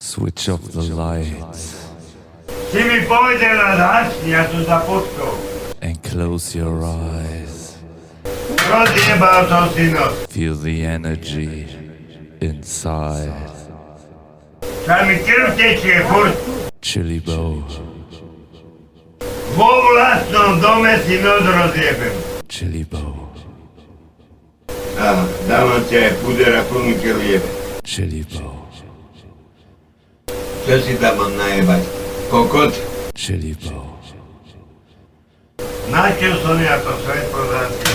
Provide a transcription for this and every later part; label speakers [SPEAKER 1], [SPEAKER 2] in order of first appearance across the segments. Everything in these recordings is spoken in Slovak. [SPEAKER 1] Switch off the lights
[SPEAKER 2] Ti mi povedala da si, ja sam zaputkao.
[SPEAKER 1] and close your eyes.
[SPEAKER 2] Rozjebao to sinoć.
[SPEAKER 1] Feel the energy inside.
[SPEAKER 2] Kad mi krv teče furt,
[SPEAKER 1] Chili bowl,
[SPEAKER 2] vo vlastnom dome sinoć rozjebem.
[SPEAKER 1] chili bowl,
[SPEAKER 2] Da, damo će pudera punu krvijebe.
[SPEAKER 1] chili bowl,
[SPEAKER 2] Sve si tamo najebat. Kokot.
[SPEAKER 1] chili bowl.
[SPEAKER 2] Načeo sam ja to sve podatke.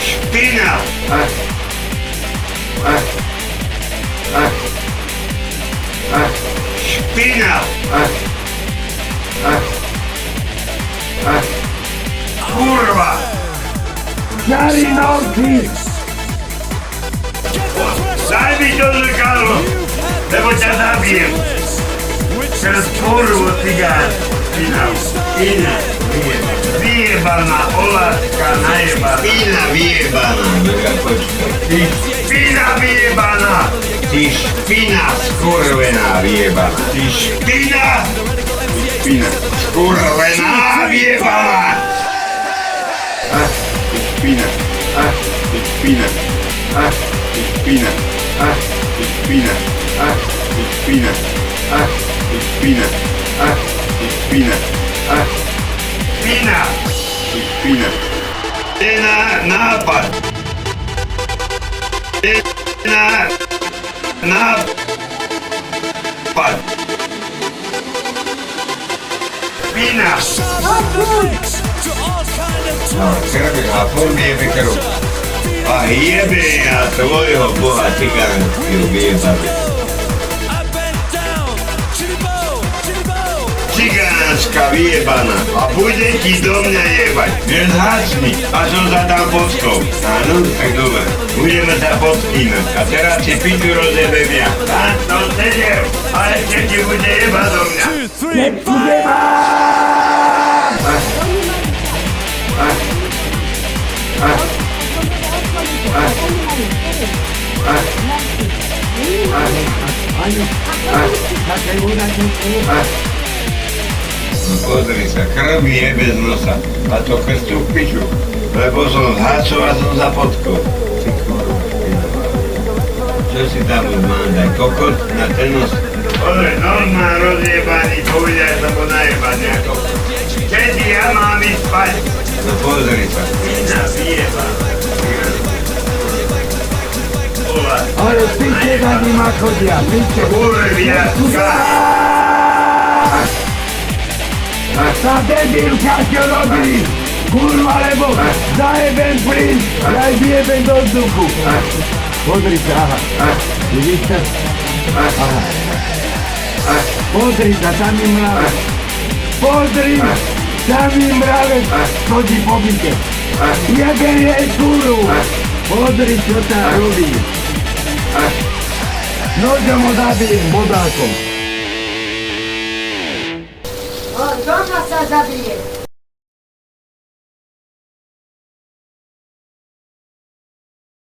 [SPEAKER 2] Špina! Špina! Kurva! Daj mi to zrkalo! Evo te zabijem! Kroz kurvu ti ga spina. Spina vijebana. Vijebana olaska najebana. Spina vijebana. Ti spina vijebana. Ti špina skurvena vijebana. Ti špina. Špina. Skurvena vijebana. Ah, ti špina. Ah, ti špina. Ah, ti špina. Ah, ti špina. Ah, ti špina. Ah, ti špina. Ah, ti špina. Ah, špina. Ti špina. E na napad. E na napad. Špina. Krvi, a pun je mi krv. Pa jebe ja tvoju boha cigansku jebati. Ciganska vjebana, a bude ti domnja jebat. Ne zasni, a sam za tam potkov. A no, tak dobro. Budemo za potkina, a teraz će pitu rozjebem ja. A to se je, ale će ti bude jeba domnja. Podri se, krv mi je bez nosa, a to krstu piću. Lebo sam zhačo, a sam zapotkao. Ty kurva, jebana. Čo si tam odmandaj, kokot na ten nos? Ode, normál rozjebaný, povedia, že mu najebať nejako. Kedy ja mám ísť spať? No pozri sa. Iná vyjeba. Ola,
[SPEAKER 3] Ale piče da nima kodija, piče
[SPEAKER 2] kurviatka.
[SPEAKER 3] sa debilka će roditi. Kurva lebo, zajebem plin, ja je bijebem do duku. Podri se, aha. I vi ste? Aha. Podri se, tam je mravec. Podri, tam je mravec, dođi pobite. Jebe je kuru. Podri se, ta rudi. Nođemo dabijem bodakom.
[SPEAKER 4] Došla sad zabije.